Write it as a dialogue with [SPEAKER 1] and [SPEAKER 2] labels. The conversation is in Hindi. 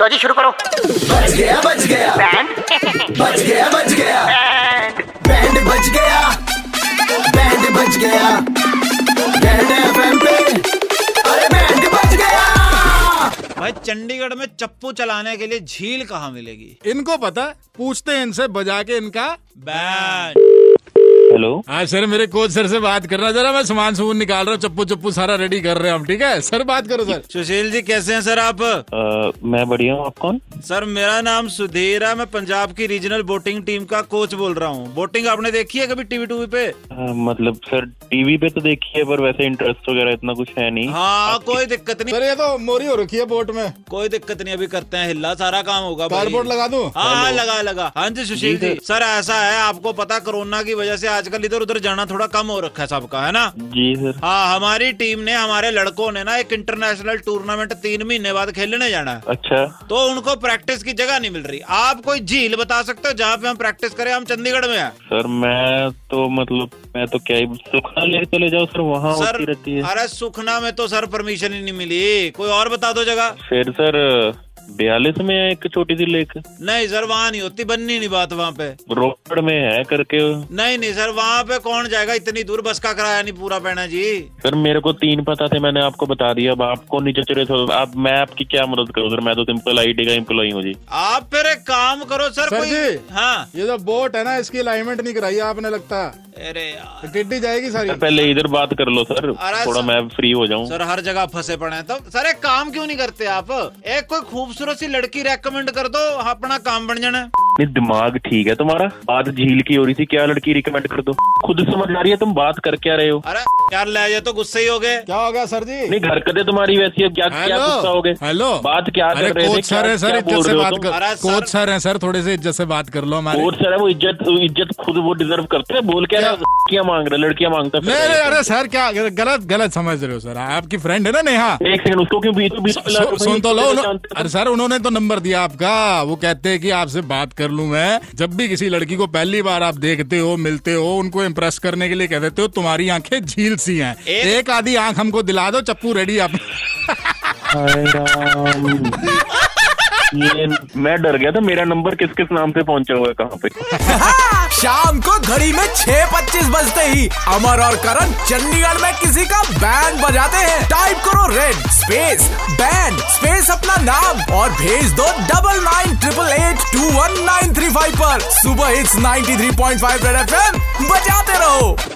[SPEAKER 1] लो जी शुरू करो
[SPEAKER 2] बच गया बच गया
[SPEAKER 1] बैंड
[SPEAKER 2] बच गया बच गया
[SPEAKER 1] बैंड
[SPEAKER 2] बैंड बच गया बैंड बच गया बैंड एफएम पे अरे बैंड बच गया
[SPEAKER 3] भाई चंडीगढ़ में चप्पू चलाने के लिए झील कहाँ मिलेगी
[SPEAKER 4] इनको पता है, पूछते हैं इनसे बजा के इनका
[SPEAKER 3] बैन
[SPEAKER 5] हेलो
[SPEAKER 4] हाँ सर मेरे कोच सर से बात करना जरा मैं सामान सुमून निकाल रहा हूँ चप्पू चप्पू सारा रेडी कर रहे हैं हम ठीक है सर बात करो सर
[SPEAKER 3] सुशील जी कैसे हैं सर आप
[SPEAKER 5] अ, Uh, मैं बढ़िया हूँ आप कौन
[SPEAKER 3] सर मेरा नाम सुधीर है मैं पंजाब की रीजनल बोटिंग टीम का कोच बोल रहा हूँ बोटिंग आपने देखी है कभी टीवी टूवी पे
[SPEAKER 5] अ, मतलब सर टीवी पे तो देखी है पर वैसे इंटरेस्ट वगैरह इतना कुछ है नहीं
[SPEAKER 3] हाँ कोई दिक्कत नहीं
[SPEAKER 4] सर ये तो मोरी हो रखी है बोट में
[SPEAKER 3] कोई दिक्कत नहीं अभी करते हैं हिला सारा काम होगा भाई।
[SPEAKER 4] कार्डबोर्ड लगा दूं
[SPEAKER 3] हाँ हाँ लगा लगा हाँ जी सुशील जी सर ऐसा है आपको पता कोरोना की वजह से आजकल इधर उधर जाना थोड़ा कम हो रखा है सबका है ना
[SPEAKER 5] जी सर
[SPEAKER 3] हाँ हमारी टीम ने हमारे लड़कों ने ना एक इंटरनेशनल टूर्नामेंट तीन महीने बाद खेलने जाना है
[SPEAKER 5] अच्छा
[SPEAKER 3] तो उनको प्रैक्टिस की जगह नहीं मिल रही आप कोई झील बता सकते हो जहाँ पे हम प्रैक्टिस करें हम चंडीगढ़ में हैं
[SPEAKER 5] सर मैं तो मतलब मैं तो क्या ही सुखना लेके चले जाओ सर वहाँ
[SPEAKER 3] सर
[SPEAKER 5] होती रहती है
[SPEAKER 3] अरे सुखना में तो सर परमिशन ही नहीं मिली कोई और बता दो जगह
[SPEAKER 5] फिर सर बयालीस में है एक छोटी सी लेक
[SPEAKER 3] नहीं सर वहाँ नहीं होती बननी नहीं बात वहाँ पे
[SPEAKER 5] रोपड़ में है करके
[SPEAKER 3] नहीं नहीं सर वहाँ पे कौन जाएगा इतनी दूर बस का किराया नहीं पूरा पैना जी
[SPEAKER 5] सर मेरे को तीन पता थे मैंने आपको बता दिया अब आपको नीचे चले तो आप मैं आपकी क्या मदद करूँ सर मैं तो सिंपल आईडी का एम्प्लॉई हूँ जी
[SPEAKER 3] आप फिर एक काम करो सर,
[SPEAKER 4] सर
[SPEAKER 3] कोई
[SPEAKER 4] जी।
[SPEAKER 3] हाँ
[SPEAKER 4] ये जो बोट है ना इसकी अलाइनमेंट नहीं कराई आपने लगता
[SPEAKER 3] अरे यार
[SPEAKER 4] टिड्डी जाएगी सारी
[SPEAKER 5] सर, पहले इधर बात कर लो सर
[SPEAKER 3] अरे
[SPEAKER 5] थोड़ा
[SPEAKER 3] सर-
[SPEAKER 5] मैं फ्री हो जाऊँ
[SPEAKER 3] सर हर जगह फंसे पड़े हैं तो सर एक काम क्यों नहीं करते आप एक कोई खूबसूरत सी लड़की रेकमेंड कर दो अपना काम बन जाना है।
[SPEAKER 5] नहीं दिमाग ठीक है तुम्हारा बात झील की हो रही थी क्या लड़की रिकमेंड कर दो खुद समझ आ रही है तुम बात कर क्या रहे हो
[SPEAKER 3] अरे यार ले जाए तो गुस्से ही हो गए
[SPEAKER 4] क्या हो गया सर जी
[SPEAKER 5] नहीं हरकतें तुम्हारी वैसी है क्या क्या गुस्सा हो गए
[SPEAKER 4] हेलो
[SPEAKER 5] बात क्या
[SPEAKER 4] अरे
[SPEAKER 5] कर रहे थे
[SPEAKER 4] कोच सर है
[SPEAKER 5] क्या-
[SPEAKER 4] सर
[SPEAKER 5] क्या बोल
[SPEAKER 4] इज्जत से
[SPEAKER 5] रहे हो
[SPEAKER 4] बात
[SPEAKER 5] तुम?
[SPEAKER 4] कर
[SPEAKER 3] अरे सर-
[SPEAKER 4] कोच सर है सर थोड़े से इज्जत से बात कर लो हमारे
[SPEAKER 5] और सर है वो इज्जत इज्जत खुद वो डिजर्व करते हैं बोल क्या
[SPEAKER 4] क्या-
[SPEAKER 5] लड़कियां मांग रहे लड़कियां मांगता फिर
[SPEAKER 4] नहीं
[SPEAKER 5] रहे
[SPEAKER 4] नहीं
[SPEAKER 5] हैं।
[SPEAKER 4] अरे सर क्या गलत गलत समझ रहे हो सर आपकी फ्रेंड है ना नेहा
[SPEAKER 5] एक सेकंड उसको क्यों बीच बीच में ला रहे
[SPEAKER 4] सु-
[SPEAKER 5] हो?
[SPEAKER 4] सुन तो लो
[SPEAKER 5] जानते
[SPEAKER 4] उन्हों-
[SPEAKER 5] हो?
[SPEAKER 4] अरे सर उन्होंने तो नंबर दिया आपका वो कहते हैं कि आपसे बात कर लूं मैं जब भी किसी लड़की को पहली बार आप देखते हो मिलते हो उनको इम्प्रेस करने के लिए कह देते हो तुम्हारी आंखें झील सी हैं
[SPEAKER 3] एक-
[SPEAKER 4] एक आधी आंख हमको दिला दो चप्पू रेडी आप
[SPEAKER 5] हाय राम। ये मैं डर गया था मेरा नंबर किस किस नाम से पहुंचा हुआ है कहाँ पे
[SPEAKER 6] शाम को घड़ी में छह पच्चीस बजते ही अमर और करण चंडीगढ़ में किसी का बैंड बजाते हैं टाइप करो रेड स्पेस बैंड स्पेस अपना नाम और भेज दो double nine triple eight two one nine three five पर सुबह hits 93.5 three point five red F बजाते रहो